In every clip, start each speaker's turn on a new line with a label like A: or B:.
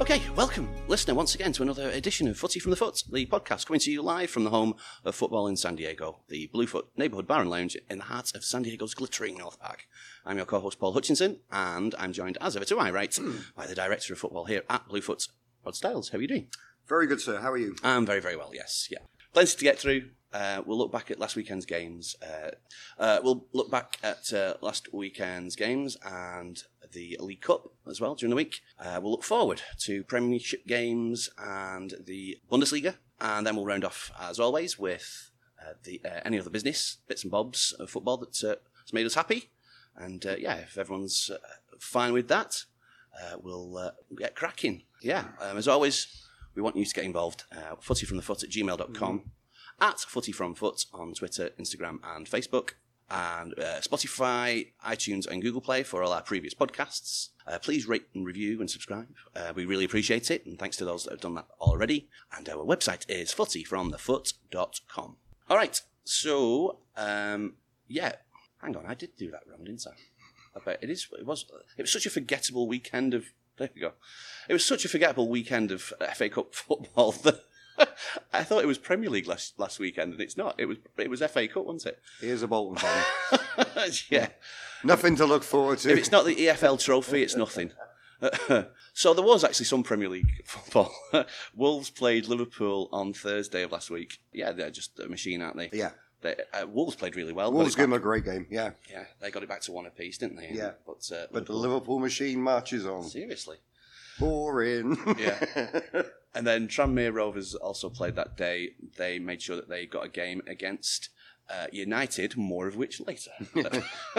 A: Okay, welcome, listener, once again to another edition of Footy from the Foot, the podcast coming to you live from the home of football in San Diego, the Bluefoot Neighborhood Bar and Lounge in the heart of San Diego's glittering North Park. I'm your co-host Paul Hutchinson, and I'm joined as ever to my right by the director of football here at Bluefoot, Rod Styles. How are you doing?
B: Very good, sir. How are you?
A: I'm Um, very, very well. Yes, yeah. Plenty to get through. Uh, we'll look back at last weekend's games. Uh, uh, we'll look back at uh, last weekend's games and the League Cup as well during the week. Uh, we'll look forward to Premiership games and the Bundesliga, and then we'll round off as always with uh, the uh, any other business bits and bobs of football that uh, has made us happy. And uh, yeah, if everyone's uh, fine with that, uh, we'll uh, get cracking. Yeah, um, as always, we want you to get involved. Uh, footyfromthefoot at gmail.com, at footyfromfoot on Twitter, Instagram, and Facebook, and uh, Spotify, iTunes, and Google Play for all our previous podcasts. Uh, please rate and review and subscribe. Uh, we really appreciate it, and thanks to those that have done that already. And our website is footyfromthefoot.com. All right, so um, yeah, hang on, I did do that round, didn't I? I bet it is. It was. It was such a forgettable weekend of. There we go. It was such a forgettable weekend of FA Cup football that I thought it was Premier League last last weekend, and it's not. It was it was FA Cup, wasn't
B: Here's a Bolton fan.
A: it? yeah.
B: Nothing to look forward
A: If
B: to.
A: it's not the EFL trophy, it's nothing. so there was actually some Premier League football. Wolves played Liverpool on Thursday of last week. Yeah, they're just a machine, aren't they?
B: Yeah.
A: They, uh, Wolves played really well. got
B: Wolves
A: it
B: give them
A: back-
B: a great game, yeah.
A: yeah, they got it back to one apiece, didn't they?
B: Yeah.
A: But, uh,
B: But the Liverpool machine marches on.
A: seriously.
B: Boring.
A: Yeah. And then Tranmere Rovers also played that day. They made sure that they got a game against uh, United, more of which later.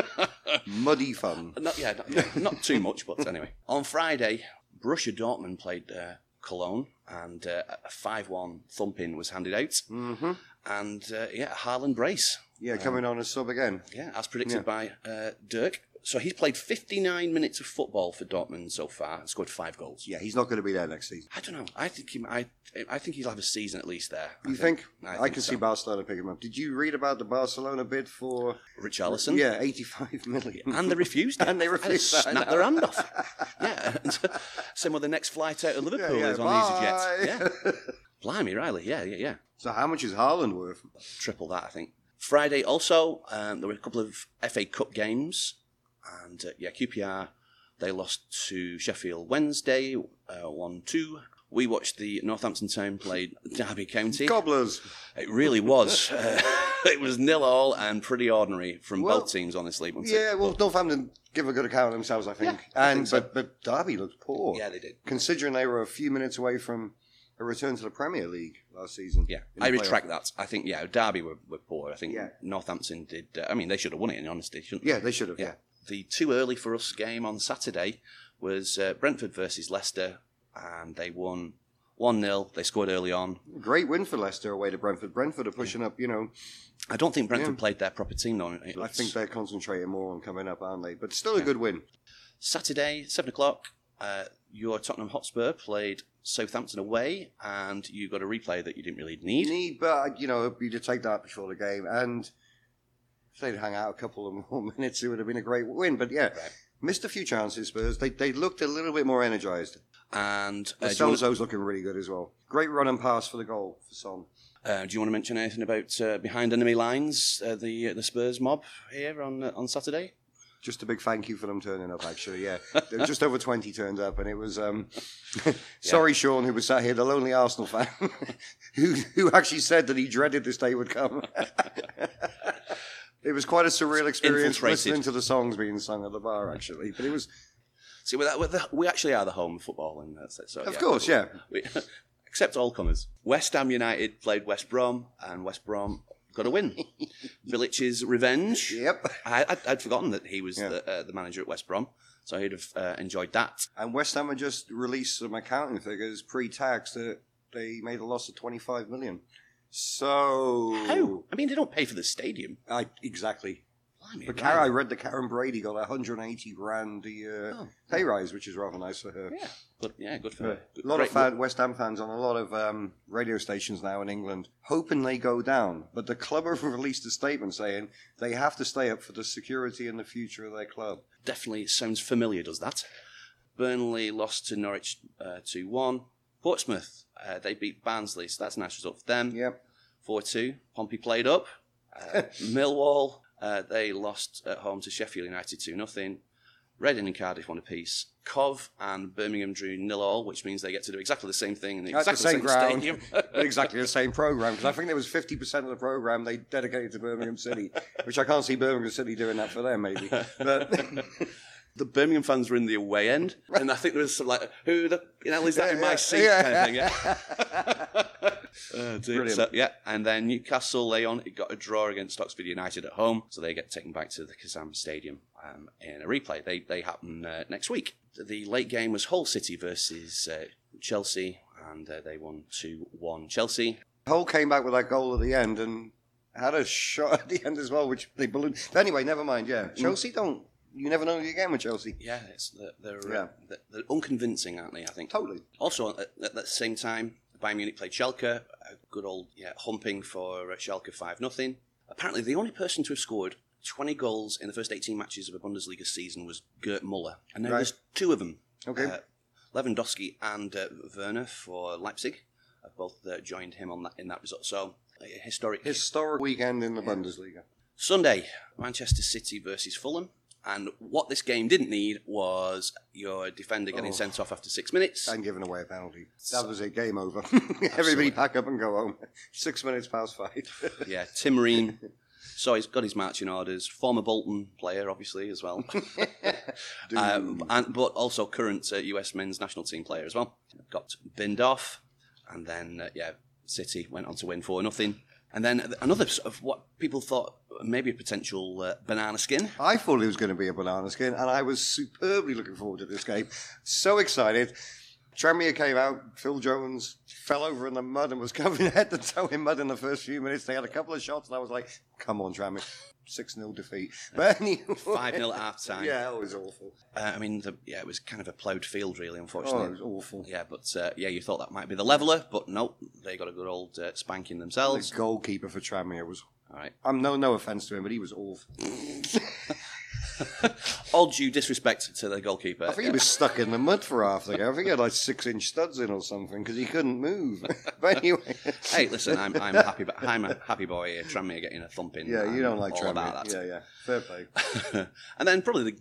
B: Muddy fun.
A: not, yeah, not, yeah, not too much, but anyway. On Friday, Borussia Dortmund played uh, Cologne, and uh, a 5 1 thumping was handed out.
B: Mm-hmm.
A: And uh, yeah, Harlan Brace,
B: Yeah, coming on as sub again.
A: yeah, as predicted by uh, Dirk. So he's played 59 minutes of football for Dortmund so far and scored five goals.
B: Yeah, he's not going to be there next season.
A: I don't know. I think he, I, I think he'll have a season at least there. I
B: You think?
A: I
B: I,
A: think
B: can
A: so.
B: see Barcelona pick him up. Did you read about the Barcelona bid for?
A: Richarlison.
B: Yeah, eighty-five million.
A: And they refused it.
B: And they refused
A: And
B: that, I
A: snapped
B: know.
A: their hand off. Yeah. Same with the next flight out of Liverpool is on EasyJet. Yeah.
B: bye.
A: Blimey, Riley. Yeah, yeah, yeah.
B: so how much is Haaland worth?
A: Triple that, I think. Friday also, um, there were a couple of FA Cup games. And uh, yeah, QPR, they lost to Sheffield Wednesday, 1 2. We watched the Northampton Town play Derby County.
B: Cobblers.
A: It really was. Uh, it was nil all and pretty ordinary from
B: Well,
A: both teams, honestly. wasn't it?
B: Yeah, well, Northampton give a good account of themselves, I think.
A: Yeah, I
B: and
A: think so.
B: but but Derby looked poor.
A: Yeah, they did.
B: considering they were a few minutes away from a return to the Premier League last season.
A: Yeah,
B: In the
A: I
B: playoff.
A: retract that. I think yeah, Derby were, were poor. I think
B: Yeah.
A: Northampton did. Uh, I mean, they should have won it in honesty, shouldn't
B: Yeah, they should have.
A: they?
B: Yeah.
A: The too early for us game on Saturday was uh, Brentford versus Leicester, and they won one 0 They scored early on.
B: Great win for Leicester away to Brentford. Brentford are pushing up. You know,
A: I don't think Brentford played their proper team though. It
B: I
A: was
B: think they're concentrating more on coming up, aren't they? But still a good win.
A: Saturday seven o'clock. Uh, your Tottenham Hotspur played Southampton away, and you got a replay that you didn't really
B: You
A: need.
B: need, but you know, you to take that before the game, and if they'd hung out a couple of more minutes, it would have been a great win. But yeah,
A: Right.
B: missed a few chances. Spurs. They they looked a little bit more energised.
A: And uh,
B: Uh,
A: do, you want
B: Sonzo's looking really good as well. Great run and pass for the goal for Son.
A: to, uh, do you want to mention anything about uh, behind enemy lines? Uh, the uh, the Spurs mob here on uh, on Saturday.
B: just a big thank you for them turning up. Actually, yeah, There were just over twenty turned up, and it was um, sorry, Sean, who was sat here, the lonely Arsenal fan, who who actually said that he dreaded this day would come. it was quite a surreal experience
A: Infiltrated.
B: listening to the songs being sung at the bar, actually. But it was,
A: See, we're, that, we're the, we actually are the home of football, and that's it. So,
B: of course, yeah,
A: we, except all comers. West Ham United played West Brom, and West Brom got a win. Villich's revenge.
B: yep.
A: I, I'd, I'd forgotten that he was
B: Yeah.
A: the, uh, the manager at West Brom, so he'd have uh, enjoyed that.
B: And West Ham had just released some accounting figures pre-tax that they made a loss of twenty-five million. So,
A: How? I mean, they don't pay for the stadium.
B: I, exactly.
A: Blimey,
B: But
A: right.
B: Karen, I read that Karen Brady got 180 grand a year
A: Oh.
B: pay rise, which is rather nice for her.
A: Yeah, but yeah, good for
B: Uh,
A: her.
B: a lot
A: Great
B: of fan, West Ham fans on a lot of um, radio stations now in England, hoping they go down. But the club have released a statement saying they have to stay up for the security and the future of their club.
A: definitely sounds familiar, does that? Burnley lost to Norwich uh, two one. Portsmouth uh, they beat Barnsley, so that's a nice result for them.
B: Yep.
A: Four two. Pompey played up. Uh, Millwall uh, they lost at home to Sheffield United two 0 Reading and Cardiff won apiece. Cov and Birmingham drew nil all, which means they get to do exactly the same thing in the
B: At the
A: exactly
B: same ground.
A: stadium.
B: exactly the same program because I think there was fifty percent of the program they dedicated to Birmingham City, which I can't see Birmingham City doing that for them maybe. But
A: the Birmingham fans were in the away end, and I think there was some like, "Who the hell is that in my seat?" kind of thing. Yeah.
B: Brilliant.
A: Uh, So, yeah, and then Newcastle Leon it got a draw against Oxford United at home, so they get taken back to the Kazam Stadium um, in a replay. They they happen uh, next week. The late game was Hull City versus uh, Chelsea, and uh, they won two one. Chelsea.
B: Hull came back with that goal at the end and had a shot at the end as well, which they ballooned. Anyway, never mind. Yeah, Chelsea don't. You never know who you're getting with Chelsea.
A: Yeah, it's, they're they're,
B: Yeah.
A: Uh, they're, they're unconvincing, aren't they? I think.
B: Totally.
A: Also, at, at the same time, Bayern Munich played Schalke. A good old yeah, humping for uh, Schalke 5 0. Apparently, the only person to have scored 20 goals in the first 18 matches of a Bundesliga season was Gert Muller. And now
B: Right.
A: there's two of them
B: Okay.
A: uh, Lewandowski and uh, Werner for Leipzig have both uh, joined him on that in that result. So, uh, historic.
B: Historic weekend in the Bundesliga.
A: Sunday, Manchester City versus Fulham. And what this game didn't need was your defender getting
B: Oh.
A: sent off after six minutes.
B: And giving away a penalty. That was a Game over. Everybody pack up and go home. Six minutes past five.
A: Yeah, Tim Ream. So he's got his marching orders. Former Bolton player, obviously, as well. um, and, but also current uh, US men's national team player as well. Got binned off. And then, uh, yeah, City went on to win 4 nothing. And then another s- of what people thought maybe a potential uh, banana skin.
B: I thought it was going to be a banana skin, and I was superbly looking forward to this game. So excited. Tramier came out, Phil Jones fell over in the mud and was covered head to toe in mud in the first few minutes. They had a couple of shots, and I was like, come on, Tramier. 6 0 defeat. But anyway.
A: 5 0 at half time.
B: Yeah, it was awful.
A: Uh, I mean, the, yeah, it was kind of a ploughed field, really,
B: Oh,
A: unfortunately.
B: it was awful.
A: Yeah, but uh, yeah, you thought that might be the leveller, but nope, they got a good old uh, spanking
B: The
A: themselves.
B: goalkeeper for Tramier was.
A: All right.
B: I'm no no offense to him, but he was awful.
A: All due disrespect to the goalkeeper.
B: I think he was stuck in the mud for half the game. I think he had like six inch studs in or something because he couldn't move. But anyway,
A: hey, listen, I'm I'm happy, but I'm a happy boy here. Tranmere getting a thumping.
B: yeah, you
A: I'm
B: don't like
A: all about
B: Tramier. Yeah,
A: that.
B: yeah, fair play.
A: and then probably the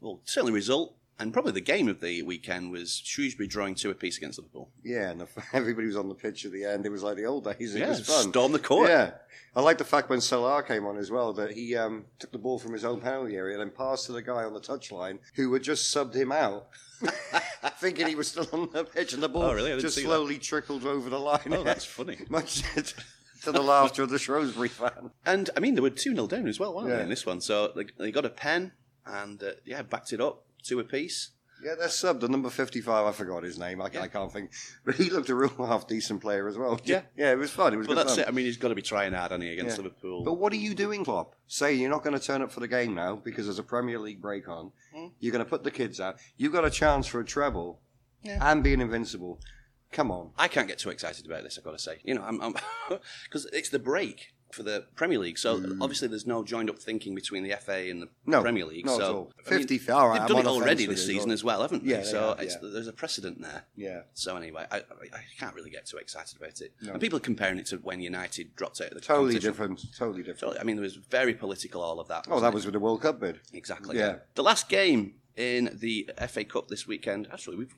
A: well, certainly result and probably the game of the weekend was Shrewsbury drawing two apiece against Liverpool.
B: Yeah, and the, everybody was on the pitch at the end. It was like the old days. It was fun.
A: storm the court.
B: Yeah, I like the fact when Salah came on as well that he um, took the ball from his own penalty area and then passed to the guy on the touchline who had just subbed him out, thinking he was still on the pitch, and the ball
A: Oh, really? I didn't
B: just
A: see that.
B: slowly trickled over the line.
A: Oh, that's funny.
B: much to the laughter of the Shrewsbury fan.
A: And I mean, they were two 0 down as well, weren't
B: Yeah.
A: they? In this one, so they, they got a pen and uh, yeah, backed it up two apiece.
B: Yeah, they're subbed. The number fifty-five, I forgot his name. I, I can't think, but he looked a real half decent player as well.
A: Yeah.
B: yeah, it was fun. It was.
A: But
B: good
A: that's
B: fun.
A: it. I mean, he's got to be trying hard on he against
B: Yeah.
A: Liverpool.
B: But what are you doing, Klopp? Say you're not going to turn up for the game now because there's a Premier League break on. You're going to put the kids out. You've got a chance for a treble
A: Yeah.
B: and being invincible. Come on.
A: I can't get too excited about this. I've got to say, you know, I'm because it's the break for the Premier League, so obviously there's no joined up thinking between the FA and the
B: Mm. No,
A: Premier League.
B: not
A: so
B: at all.
A: I mean,
B: 50 all right,
A: they've
B: I'm
A: done
B: on
A: it
B: the fence
A: already
B: with
A: this
B: it,
A: season
B: but-
A: as well, haven't they?
B: Yeah, they
A: so
B: have,
A: it's,
B: yeah.
A: there's a precedent there.
B: Yeah.
A: So anyway, I, I, I can't really get too excited about it.
B: No.
A: And people are comparing it to when United dropped out of the
B: Totally
A: competition.
B: different. Totally different.
A: So, I mean, it was very political. All of that.
B: Oh, that
A: wasn't
B: was with the World Cup bid.
A: it? exactly.
B: yeah.
A: The last game in the FA Cup this weekend. Actually, we've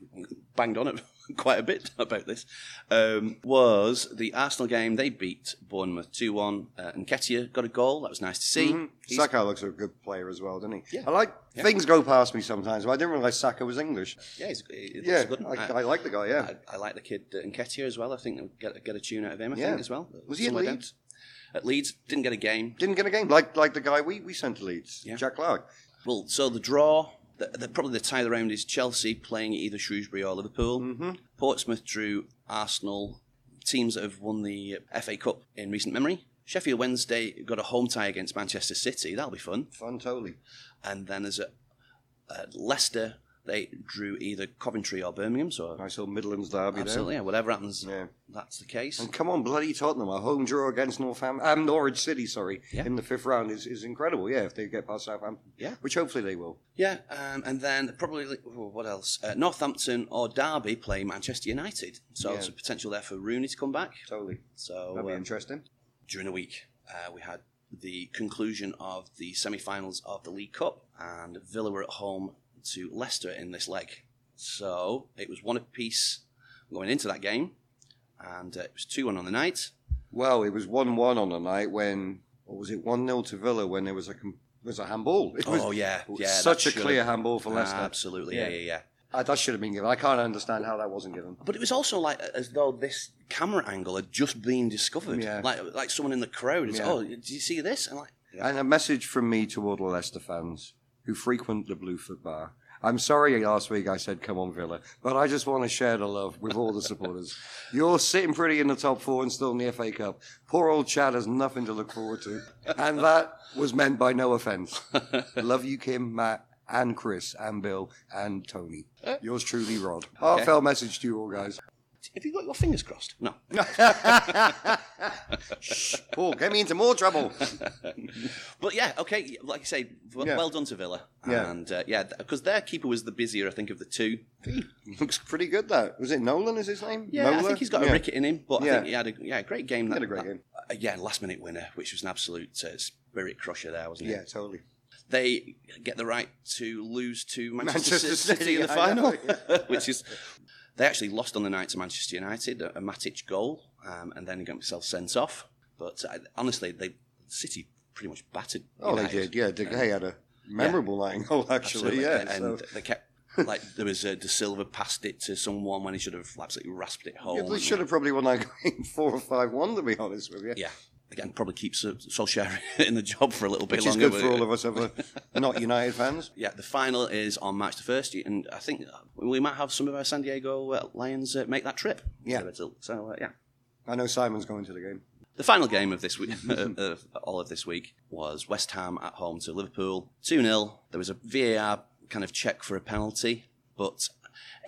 A: banged on it quite a bit about this. Um, was the Arsenal game? They beat Bournemouth two one. Uh, and Ketia got a goal. That was nice to see.
B: Mm-hmm.
A: He's-
B: Hmm? Saka looks a good player as well, doesn't he?
A: Yeah.
B: I like
A: Yeah.
B: things go past me sometimes, but I didn't realise Saka was English.
A: yeah, he's, he looks
B: Yeah,
A: good.
B: I, I like the guy. Yeah,
A: I, I like the kid uh, Nketiah as well. I think they'll get, get a tune out of him. I
B: Yeah.
A: think as well.
B: Was he at
A: Somewhere down.
B: Leeds?
A: At Leeds, didn't get a game.
B: didn't get a game. Like like the guy we, we sent to Leeds,
A: Yeah.
B: Jack Clark.
A: Well, so the draw, the, the, probably the tie of the round is Chelsea playing either Shrewsbury or Liverpool.
B: Mm-hmm.
A: Portsmouth drew Arsenal, teams that have won the FA Cup in recent memory. Sheffield Wednesday got a home tie against Manchester City. That'll be fun.
B: Fun, totally.
A: And then there's a, uh Leicester. They drew either Coventry or Birmingham, so
B: Nice little Midlands derby
A: absolutely, yeah, whatever happens,
B: there. Yeah.
A: that's the case.
B: And come on, bloody Tottenham, a home draw against Northampton, um, Norwich City, sorry,
A: Yeah.
B: in the fifth round is, is incredible. Yeah, if they get past Southampton,
A: Yeah.
B: which hopefully they will.
A: Yeah, um, and then probably oh, what else? Uh, Northampton or Derby play Manchester United, so
B: Yeah.
A: there's a potential there for Rooney to come back.
B: Totally,
A: So
B: that'd be
A: um,
B: interesting.
A: during the week, uh, we had the conclusion of the semi-finals of the League Cup, and Villa were at home to Leicester in this leg. So it was one apiece going into that game, and uh, it was two-one on the night.
B: Well, it was one-one on the night when, or was it one-nil to Villa when there was a com- was a handball? It was
A: oh yeah,
B: it was
A: yeah, that
B: such a
A: should
B: clear
A: have-
B: handball for Leicester.
A: Absolutely, yeah,
B: Yeah.
A: yeah, yeah.
B: Uh, that should have been given. I can't understand how that wasn't given.
A: But it was also like as though this camera angle had just been discovered.
B: Yeah.
A: Like like someone in the crowd is
B: Yeah.
A: oh, did you see this? And like
B: And a message from me to all the Leicester fans who frequent the Blueford Bar. I'm sorry last week I said come on Villa, but I just want to share the love with all the supporters. You're sitting pretty in the top four and still in the FA Cup. Poor old Chad has nothing to look forward to. And that was meant by no offence. Love you, Kim, Matt, and Chris, and Bill, and Tony. Yours truly, Rod. Heartfelt message to you all, guys.
A: have you got your fingers crossed? No.
B: Shh, Paul, get me into more trouble.
A: But yeah, okay, like I say, well,
B: Yeah.
A: well done to Villa.
B: Yeah.
A: And uh, yeah, because their keeper was the busier, I think, of the two.
B: Looks pretty good, though. Was it Nolan? Is his name?
A: Yeah, I
B: Nola?
A: think he's got
B: Yeah.
A: a ricket in him, but I
B: Yeah.
A: think he had a yeah, great game.
B: He
A: That,
B: had a great
A: that-
B: game.
A: uh, yeah, last minute winner, which was an absolute uh, spirit crusher there, wasn't it?
B: Yeah, totally.
A: they get the right to lose to Manchester,
B: Manchester
A: City,
B: City,
A: in the
B: I know,
A: final, which is they actually lost on the night to Manchester United, a, a Matic goal, um, and then he got himself sent off. But I, honestly, they City pretty much battered.
B: Oh, they
A: United.
B: did. Yeah, De Gea had a memorable night and goal,
A: Absolutely.
B: actually. Yeah.
A: and
B: so-
A: they kept like there was uh, De Silva passed it to someone when he should have absolutely rasped it home.
B: Yeah, they
A: and-
B: should have probably won that game four or five one, to be honest with you.
A: Yeah. Again, probably keeps uh, Solskjaer in the job for a little bit
B: Which is
A: longer.
B: good
A: but-
B: for all of us ever not United fans.
A: yeah, the final is on March the first, and I think we might have some of our San Diego uh, Lions uh, make that trip.
B: Yeah.
A: So uh, yeah,
B: I know Simon's going to the game.
A: the final game of this week, of all of this week, was West Ham at home to Liverpool, two 0 There was a VAR kind of check for a penalty, but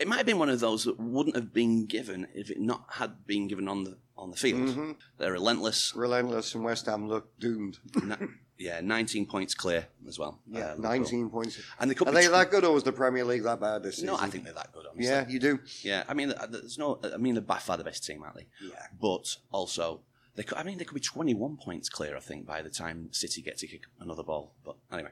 A: it might have been one of those that wouldn't have been given if it not had been given on the on the field.
B: Mm-hmm.
A: They're relentless.
B: Relentless and West Ham look doomed.
A: Ni- yeah, nineteen points clear as well. uh,
B: Yeah,
A: Liverpool.
B: 19 points.
A: And they could
B: Are
A: be
B: they
A: tw-
B: that good, or was the Premier League that bad this season?
A: No, I think they're that good. Honestly.
B: Yeah, you do.
A: Yeah, I mean, there's no. I mean, they're by far the best team, aren't they?
B: Yeah.
A: But also, they could. I mean, they could be 21 points clear. I think by the time City get to kick another ball. But anyway,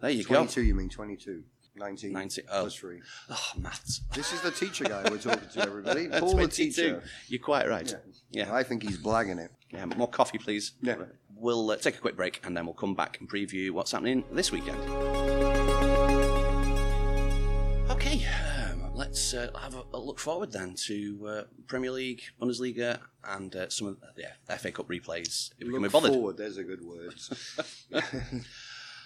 A: there you go.
B: 22, you mean 22. 19.
A: 90. Oh,
B: Plus three.
A: oh maths.
B: This is the teacher guy we're talking to, everybody. Paul, the
A: 22.
B: teacher.
A: You're quite right. Yeah.
B: I think he's blagging it.
A: Yeah, More coffee, please.
B: Yeah.
A: We'll uh, take a quick break and then we'll come back and preview what's happening this weekend. Okay, um, let's uh, have a, a look forward then to uh, Premier League, Bundesliga, and uh, some of the FA Cup replays. If we can be
B: Look
A: bothered.
B: forward. There's a good word.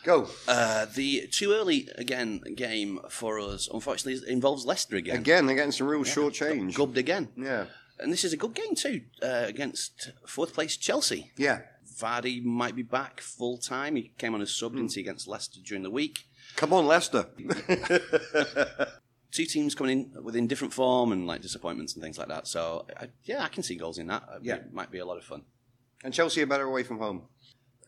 B: Go
A: Uh, the too early again game for us, unfortunately, involves Leicester again.
B: again. They're getting some real short change.
A: Gubbed again,
B: Yeah,
A: and this is a good game too uh, against fourth place Chelsea.
B: yeah.
A: Vardy might be back full time. He came on as sub
B: Hmm.
A: didn't he, against Leicester during the week.
B: Come on, Leicester.
A: Two teams coming in within different form and like disappointments and things like that. So I, yeah, I can see goals in that. Uh,
B: Yeah.
A: it might be a lot of fun.
B: and Chelsea are better away from home.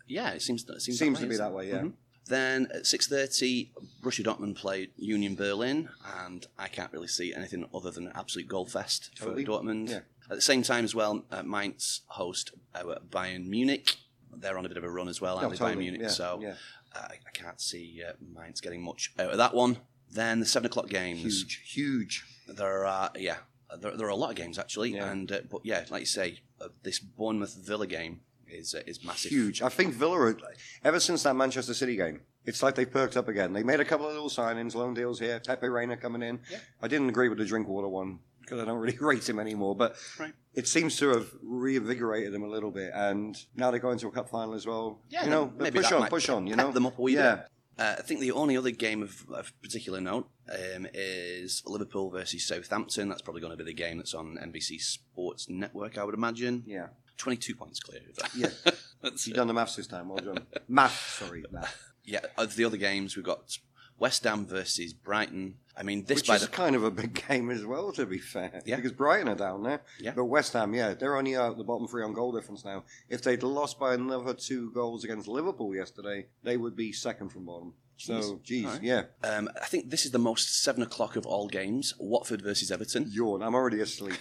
A: Yeah, it seems it seems, that way,
B: Seems to
A: isn't
B: be
A: it?
B: that way. Yeah.
A: Mhm. Then at six thirty, Borussia Dortmund played Union Berlin, and I can't really see anything other than an absolute goal fest for
B: Totally.
A: Dortmund.
B: Yeah.
A: At the same time as well, uh, Mainz host uh, Bayern Munich. They're on a bit of a run as well,
B: No,
A: aren't they,
B: Oh, totally,
A: Bayern Munich?
B: yeah,
A: so
B: yeah.
A: uh, I I can't see uh, Mainz getting much out of that one. Then the seven o'clock games.
B: huge, huge.
A: There are yeah, there, there are a lot of games actually,
B: Yeah.
A: and uh, but yeah, like you say, uh, this Bournemouth Villa game is uh, is massive.
B: Huge. I think Villa, are- ever since that Manchester City game, it's like they perked up again. They made a couple of little signings, loan deals here. Pepe Reina coming in.
A: Yeah.
B: I didn't agree with the Drinkwater one because I don't really rate him anymore, but
A: Right.
B: it seems to have reinvigorated them a little bit. And now they're going to a cup final as well.
A: Yeah,
B: you know,
A: maybe
B: push
A: that
B: on,
A: might
B: push on. You
A: pep
B: know,
A: them up a wee bit.
B: yeah.
A: Uh, I think the only other game of, of particular note um, is Liverpool versus Southampton. That's probably going to be the game that's on NBC Sports Network, I would imagine.
B: Yeah,
A: 22 points clear. of that.
B: Yeah.
A: That's
B: you've
A: it.
B: done the maths this time. Well done. math, sorry, math.
A: Yeah, of the other games, we've got West Ham versus Brighton, I mean, this
B: Which
A: by
B: is
A: the
B: kind of a big game as well, to be fair.
A: Yeah.
B: Because Brighton are down there.
A: Yeah.
B: But West Ham, yeah, they're only out the bottom three on goal difference now. If they'd lost by another two goals against Liverpool yesterday, they would be second from bottom. So,
A: Jeez.
B: geez,
A: All right.
B: yeah,
A: um, I think this is the most seven o'clock of all games: Watford versus Everton,
B: yawn. I'm already asleep.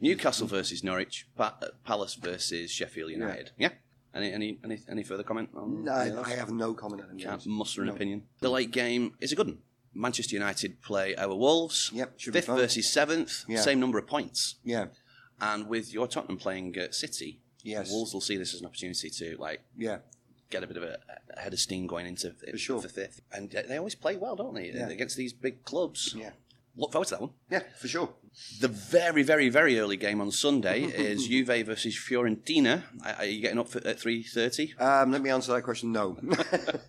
A: Newcastle versus Norwich, pa- uh, Palace versus Sheffield
B: Yeah.
A: United. Yeah. Any, any any any further comment? On
B: No,
A: any of those?
B: I have no comment on them.
A: Can't
B: games.
A: muster an
B: No.
A: opinion. The late game is a good one. Manchester United play our Wolves.
B: Yep, should be
A: Fifth
B: fun.
A: versus seventh,
B: Yeah.
A: same number of points.
B: Yeah,
A: And with your Tottenham playing uh, City,
B: yes,
A: Wolves will see this as an opportunity to like
B: yeah,
A: get a bit of a, a head of steam going into
B: For sure.
A: for fifth. And uh, they always play well, don't they?
B: Yeah.
A: Against these big clubs.
B: yeah,
A: Look forward to that one.
B: yeah, for sure.
A: The very, very, very early game on Sunday is Juve versus Fiorentina. Are are you getting up for, at three thirty?
B: Um, let me answer that question. No,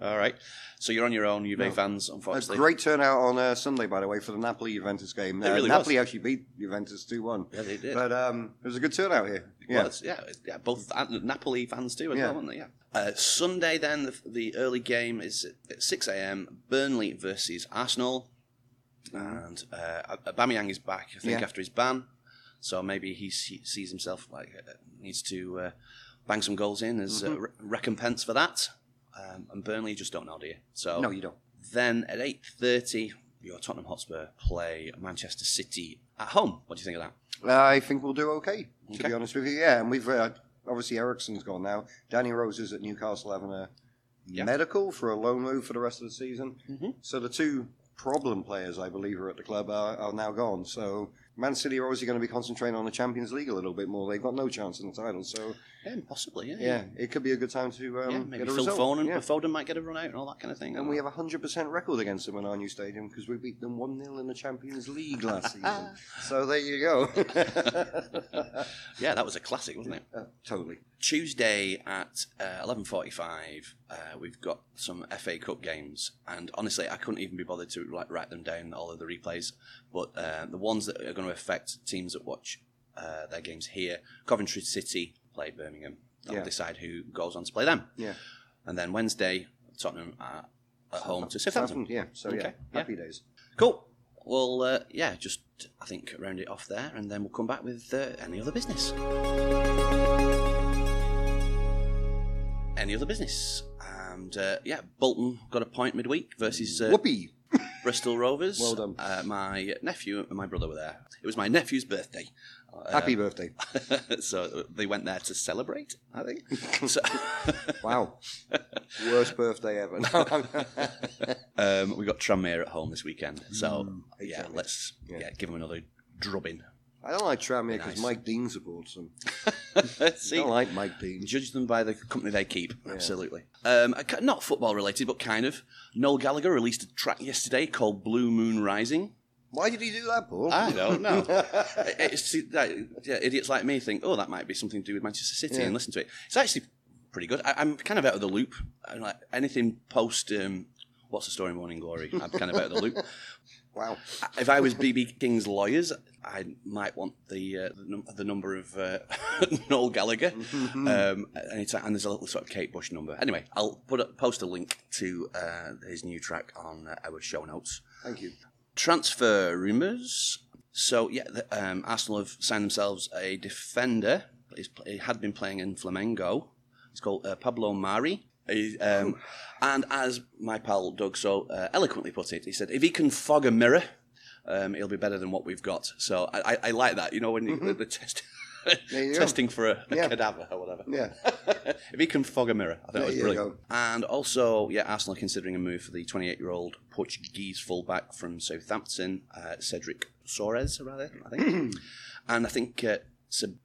A: All right. So you're on your own, Juve
B: No.
A: fans,
B: a
A: unfortunately.
B: great turnout on uh, Sunday, by the way, for the Napoli Juventus game.
A: It really was.
B: Napoli actually beat Juventus two one,
A: Yeah, they did.
B: but um, it was a good turnout here.
A: Well,
B: Yeah, Hmm.
A: it's- yeah, it's- yeah, both and Napoli fans too as
B: Yeah.
A: well, aren't they? Yeah. Uh, Sunday then the, the early game is at six a.m. Burnley versus Arsenal, and uh, Aubameyang is back. I think
B: Uh-huh. Yeah.
A: after his ban, so maybe he se- sees himself like uh, needs to uh, bang some goals in as
B: Mm-hmm.
A: uh, re- recompense for that. Um, and Burnley just don't know, do you? So
B: no, you don't.
A: then at eight thirty, your Tottenham Hotspur play Manchester City at home. What do you think of that?
B: Uh, I think we'll do okay, to
A: Okay.
B: be honest with you. Yeah, and we've uh, obviously Ericsson's gone now. Danny Rose is at Newcastle having a
A: Yeah.
B: medical for a loan move for the rest of the season.
A: Mhm.
B: So the two problem players, I believe, are at the club are, are now gone. So Man City are obviously going to be concentrating on the Champions League a little bit more. They've got no chance in the title. So
A: Yeah, possibly. Yeah.
B: yeah, it could be a good time to um,
A: yeah, maybe
B: get a
A: Phil
B: result.
A: Foden,
B: yeah.
A: Foden might get a run out and all that kind of thing.
B: And we have a hundred percent record against them in our new stadium because we beat them one 0 in the Champions League last season. So there you go.
A: yeah, that was a classic, wasn't it?
B: Uh, totally.
A: Tuesday at uh, eleven forty-five, uh, we've got some FA Cup games, and honestly, I couldn't even be bothered to like write them down all of the replays. But uh, the ones that are going to affect teams that watch uh, their games here, Coventry City play Birmingham. They'll
B: Yeah.
A: decide who goes on to play them.
B: Yeah.
A: And then Wednesday, Tottenham are at home to Southampton.
B: Southampton, yeah. So
A: Okay,
B: yeah, happy days.
A: Cool. Well, uh, yeah, just I think round it off there, and then we'll come back with uh, any other business. Any other business? And uh, yeah, Bolton got a point midweek versus uh,
B: Whoopee.
A: Bristol Rovers.
B: Well done.
A: Uh, my nephew and my brother were there. It was my nephew's birthday, uh,
B: happy birthday.
A: so they went there to celebrate. I think. so,
B: Wow. Worst birthday ever.
A: um, we got Tranmere at home this weekend, so yeah,
B: Mm, exactly.
A: let's yeah.
B: Yeah.
A: give them another drubbing.
B: I don't like Tranmere because
A: Nice.
B: Mike Dean supports them. I
A: See,
B: don't like Mike Dean.
A: Judge them by the company they keep. Absolutely. Um, I ca- not football related, but kind of. Noel Gallagher released a track yesterday called Blue Moon Rising.
B: Why did he do that, Paul?
A: I don't know. I- it's, see, that- yeah, idiots like me think, oh, that might be something to do with Manchester City
B: Yeah.
A: and listen to it. It's actually pretty good. I, I'm kind of out of the loop. i like anything post. Um, What's the story, Morning Glory? I'm kind of out of the loop.
B: wow.
A: If I was BB King's lawyers, I might want the uh, the, num- the number of uh, Noel Gallagher, um, and, it's, and there's a little sort of Kate Bush number. Anyway, I'll put a, post a link to uh, his new track on uh, our show notes.
B: Thank you.
A: Transfer rumours. So yeah, the, um, Arsenal have signed themselves a defender. He's, pl- he had been playing in Flamengo. He's called uh, Pablo Mari. He, um, and as my pal Doug so uh, eloquently put it, he said, "If he can fog a mirror, um, he'll be better than what we've got." So I, I, I like that. You know, when you, the, the test,
B: There you go.
A: testing for a, a
B: Mm-hmm. Yeah.
A: cadaver or whatever
B: Yeah.
A: if he can fog a mirror, I think that was
B: There you
A: brilliant. And also, yeah, Arsenal are considering a move for the 28-year-old Portuguese fullback from Southampton, uh, Cedric Soares, rather, I think. and I think uh,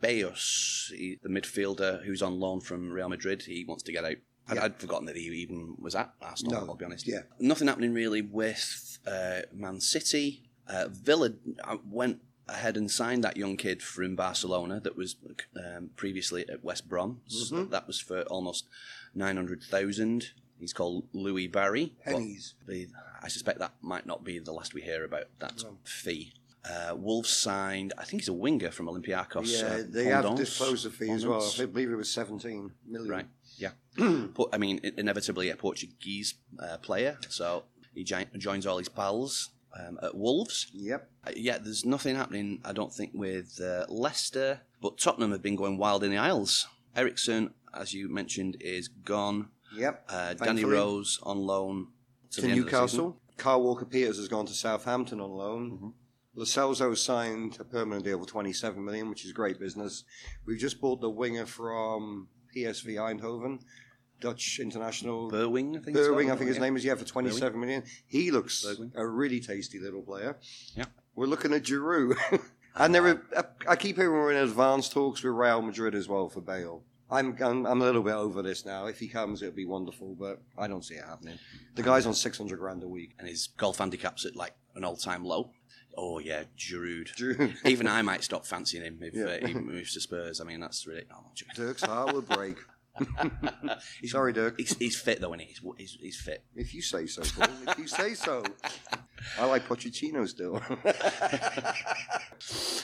A: Ceballos, he, the midfielder who's on loan from Real Madrid, he wants to get out. I'd, I'd forgotten that he even was at Arsenal.
B: No.
A: I'll be honest.
B: Yeah.
A: Nothing happening really with uh, Man City. Uh, Villa uh, went ahead and signed that young kid from Barcelona that was um, previously at West Brom. So
B: Mm-hmm.
A: that was for almost 900,000. He's called Louis Barry. but
B: Pennies.
A: the- I suspect that might not be the last we hear about that fee. Uh, Wolves signed, I think he's a winger from Olympiakos.
B: Yeah,
A: uh,
B: they have
A: Pondance.
B: disclosed the fee as well.
A: Pondance.
B: I believe it was 17 million.
A: Right. Yeah. but I mean, i- inevitably a Portuguese uh, player, so he jo- joins all his pals. um, at Wolves.
B: Yep.
A: Uh, yeah, there's nothing happening, I don't think, with uh, Leicester, but Tottenham have been going wild in the aisles. Ericsson, as you mentioned, is gone.
B: Yep.
A: Uh, Danny
B: Thankfully.
A: Rose on loan to,
B: To,
A: the end of the season.
B: Newcastle. Mm-hmm. Carl Walker Peters has gone to Southampton on loan. Lacelso signed a permanent deal for 27 million, which is great business. We've just bought the winger from PSV Eindhoven, Dutch international.
A: Berwing, I think. it's
B: Berwing,
A: called,
B: I think his
A: yeah.
B: name is, yeah, for 27 million. He looks
A: Berwing.
B: a really tasty little player.
A: Yeah.
B: We're looking at Giroud. and there are, I, I keep hearing we're in advanced talks with Real Madrid as well for Bale. I'm, I'm, I'm a little bit over this now. If he comes, it'll be wonderful, but I don't see it happening. The guy's on 600 grand a week.
A: And his golf handicap's at like an all time low. Oh, yeah, Giroud.
B: Giroud.
A: Even I might stop fancying him if
B: Yeah.
A: uh, he moves to Spurs. I mean, that's really. Oh, Giroud.
B: Dirk's heart will break.
A: He's-
B: Sorry, Dirk.
A: He's, he's fit, though, isn't he? He's, he's, he's fit.
B: If you say so, Paul. If you say so. I like Pochettino still.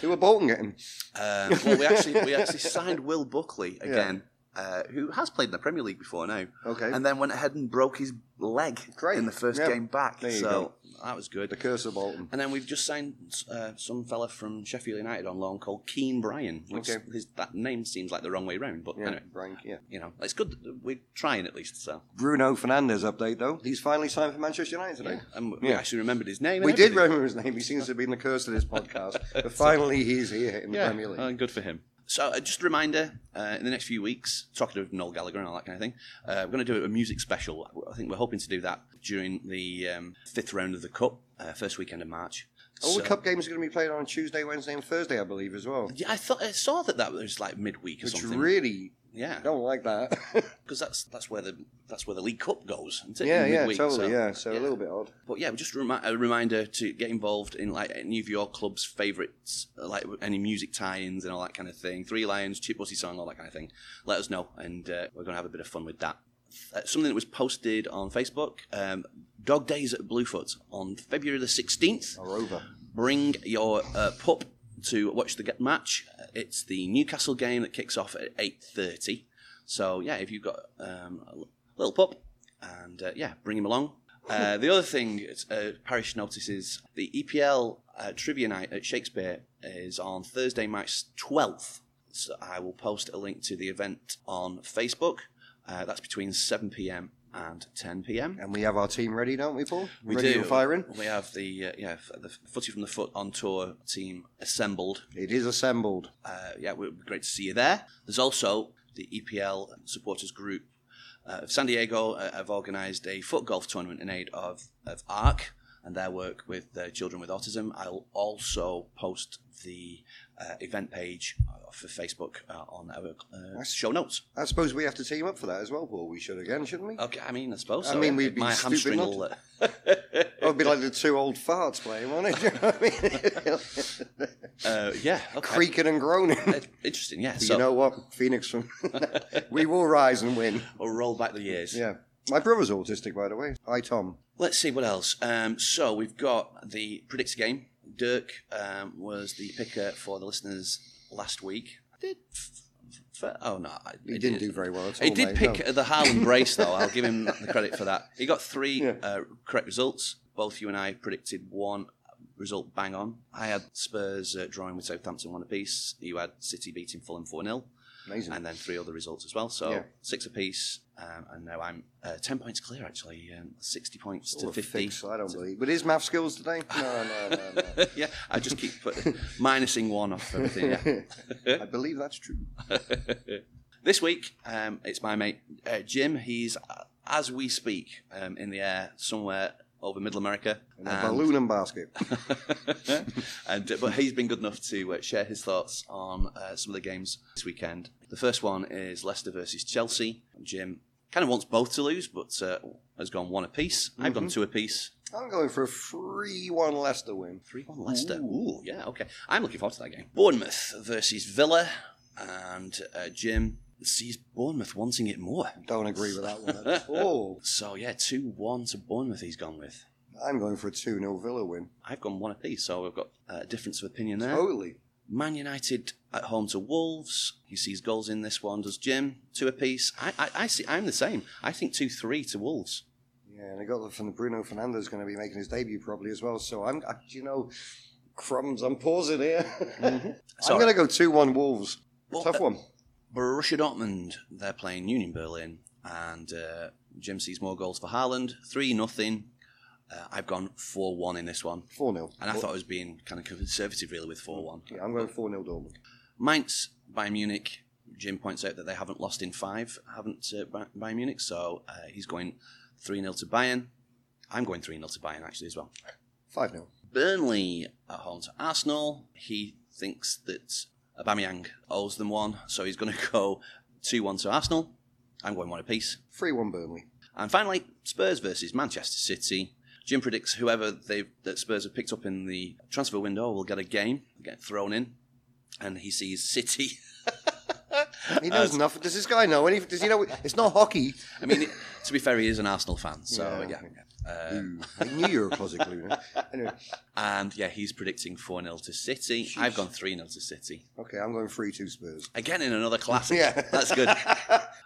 B: Who are Bolton getting?
A: Um, well, we actually we actually signed Will Buckley again, uh, who has played in the Premier League before now,
B: Okay.
A: and then went ahead and broke his leg
B: Great.
A: in the first
B: Yeah.
A: game back.
B: There you
A: so that was good.
B: the curse of Bolton.
A: And then we've just signed uh, some fella from Sheffield United on loan called Keen Bryan, which
B: Okay.
A: his, that name seems like the wrong way round, but
B: Yeah,
A: anyway,
B: Brian- yeah.
A: you know, it's good. that We're trying at least. So
B: Bruno Fernandez update though. He's finally signed for Manchester United today.
A: and um, we
B: Yeah.
A: actually remembered his name. and
B: We did
A: everything.
B: remember his name. He seems to have been the curse of this podcast. But finally, he's here in the Premier League.
A: uh, good for him. So, uh, just a reminder: uh, in the next few weeks, talking of Noel Gallagher and all that kind of thing, uh, we're going to do a music special. I think we're hoping to do that during the um, fifth round of the Cup, uh, first weekend of March.
B: All
A: So-
B: the cup games are going to be played on Tuesday, Wednesday, and Thursday, I believe, as well.
A: Yeah, I thought I saw that that was like midweek or
B: Which
A: something.
B: really
A: yeah,
B: don't like that.
A: because that's that's where the that's where the League Cup goes. Isn't it?
B: yeah,
A: In
B: yeah,
A: midweek,
B: totally.
A: so-
B: yeah, so
A: yeah.
B: a little bit odd.
A: But yeah, just remi- a reminder to get involved in like any of your club's favourites, like any music tie-ins and all that kind of thing. Three Lions, Chip Bussy song, all that kind of thing. Let us know, and uh, we're going to have a bit of fun with that. Uh, something that was posted on Facebook: um, Dog Days at Bluefoot on February the sixteenth.
B: Or over.
A: Bring your uh, pup to watch the g- match. Uh, It's the Newcastle game that kicks off at eight thirty. So yeah, if you've got um, a l- little pup, and uh, yeah, bring him along. Uh, the other thing it's, uh, Parish notices the EPL uh, trivia night at Shakespeare is on Thursday, March 12th. So I will post a link to the event on Facebook. Uh, that's between 7 pm and 10 pm.
B: And we have our team ready, don't we, Paul?
A: We
B: ready
A: do.
B: and firing.
A: We have the uh, yeah f- the footy from the foot on tour team assembled.
B: It is assembled.
A: Uh, yeah, it would be great to see you there. There's also the EPL supporters group uh, of San Diego uh, have organised a foot golf tournament in aid of of ARC and their work with uh, children with autism. I'll also post the uh, event page uh, for Facebook uh, on our uh,
B: Nice.
A: show notes.
B: I suppose we have to team up for that as well, Paul. We should again, shouldn't we?
A: Okay, I mean, I suppose.
B: I
A: so,
B: mean,
A: yeah.
B: we'd be
A: my
B: stupid
A: hamstring
B: not
A: will. uh,
B: It would be like the two old farts playing, wouldn't it? You know what I mean?
A: Uh, yeah, okay.
B: Creaking and groaning.
A: Uh, Interesting, yeah. So,
B: you know what? Phoenix from. we will rise and win.
A: or roll back the years.
B: Yeah. My brother's autistic, by the way. Hi, Tom.
A: Let's see what else. Um, so we've got the predictor game. Dirk um, was the picker for the listeners last week. I did. F- f- oh no, I,
B: He
A: I
B: didn't do very well at all.
A: He did
B: mate,
A: pick
B: no.
A: the Harlem brace though. I'll give him the credit for that. He got three
B: Yeah.
A: uh, correct results. Both you and I predicted one result bang on. I had Spurs uh, drawing with Southampton one apiece. You had City beating Fulham four 0
B: Amazing.
A: and then three other results as well. So
B: Yeah.
A: six apiece, um, and now I'm uh, ten points clear actually, um, sixty points
B: All
A: to
B: a
A: fifty.
B: fix, I don't believe. But his math skills today? No, no, no, no.
A: yeah, I just keep put, minusing one off everything. Yeah.
B: I believe that's true.
A: This week, um, it's my mate uh, Jim. He's uh, as we speak um, in the air somewhere over Middle America,
B: In a balloon and basket.
A: and uh, but he's been good enough to uh, share his thoughts on uh, some of the games this weekend. The first one is Leicester versus Chelsea. Jim kind of wants both to lose, but uh, has gone one apiece. I've gone two apiece.
B: I'm going for a 3 1 Leicester win.
A: Three one Leicester. Ooh. yeah, okay. I'm looking forward to that game. Bournemouth versus Villa, and uh, Jim sees Bournemouth wanting it more.
B: Don't agree with that one at all.
A: So yeah, two one to Bournemouth. He's gone with.
B: I'm going for a 2 0 Villa win.
A: I've gone one apiece, so I've got uh, a difference of opinion there.
B: Totally.
A: Man United at home to Wolves. He sees goals in this one. Does Jim two apiece? I, I, I see. I'm the same. I think two three to Wolves.
B: Yeah, and I got the from Bruno Fernandes going to be making his debut probably as well. So I'm, I, you know, crumbs. I'm pausing here. I'm
A: Sorry.
B: going to go two-one Wolves.
A: Mm-hmm. Well,
B: Tough
A: uh,
B: one.
A: Borussia Dortmund, they're playing Union Berlin, and uh, Jim sees more goals for Haaland, 3 nothing. Uh, I've gone 4 1 in this one,
B: Four 0
A: and I thought I was being kind of conservative really with 4 1.
B: Yeah, I'm going four 0 Dortmund.
A: Mainz, by Munich, Jim points out that they haven't lost in five, haven't uh, Bay- Bayern Munich, so uh, he's going 3 0 to Bayern. I'm going 3 0 to Bayern actually as well.
B: Five 0
A: Burnley at home to Arsenal. He thinks that Aubameyang owes them one, so he's going to go 2 1 to Arsenal. I'm going one apiece.
B: Three one Burnley.
A: And finally, Spurs versus Manchester City. Jim predicts whoever they that Spurs have picked up in the transfer window will get a game, get thrown in, and he sees City.
B: He knows nothing. Does this guy know? Any, does he know? It's not hockey.
A: I mean, to be fair, he is an Arsenal fan, so yeah.
B: Yeah.
A: Uh,
B: Ooh, I knew you were a closet cleaner. Anyway,
A: and yeah, he's predicting 4 0 to City. I've gone 3 0 to City.
B: okay, I'm going three two Spurs.
A: Again, in another classic.
B: Yeah.
A: That's good.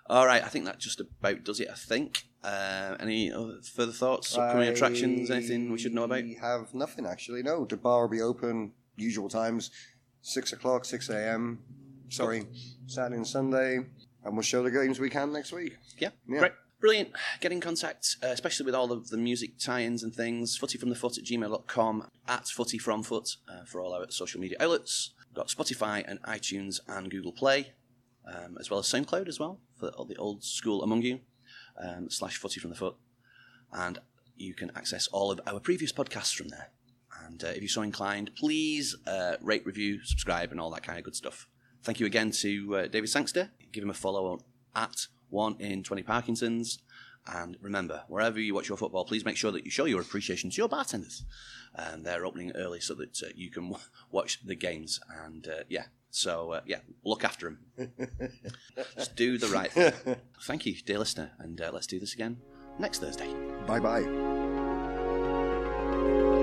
A: All right, I think that just about does it, I think. Uh, any other further thoughts, upcoming attractions, anything we should know about?
B: We have nothing actually. No, the bar will be open usual times, six o'clock, six a.m. Sorry, Saturday and Sunday, and we'll show the games we can next week.
A: Yeah,
B: Yeah.
A: great. Brilliant. Get in contact, uh, especially with all of the music tie ins and things. Footyfromthefoot at gmail.com, at footyfromfoot uh, for all our social media outlets. We've got Spotify and iTunes and Google Play, um, as well as SoundCloud as well, for all the old school among you, um, slash footy from the foot. And you can access all of our previous podcasts from there. And uh, if you're so inclined, please uh, rate, review, subscribe, and all that kind of good stuff. Thank you again to uh, David Sangster. Give him a follow on at one in twenty Parkinsons. And remember, wherever you watch your football, please make sure that you show your appreciation to your bartenders. And they're opening early so that uh, you can w- watch the games. And uh, yeah, so uh, yeah, look after them. Just do the right thing. Thank you, dear listener, and uh, let's do this again next Thursday.
B: Bye bye.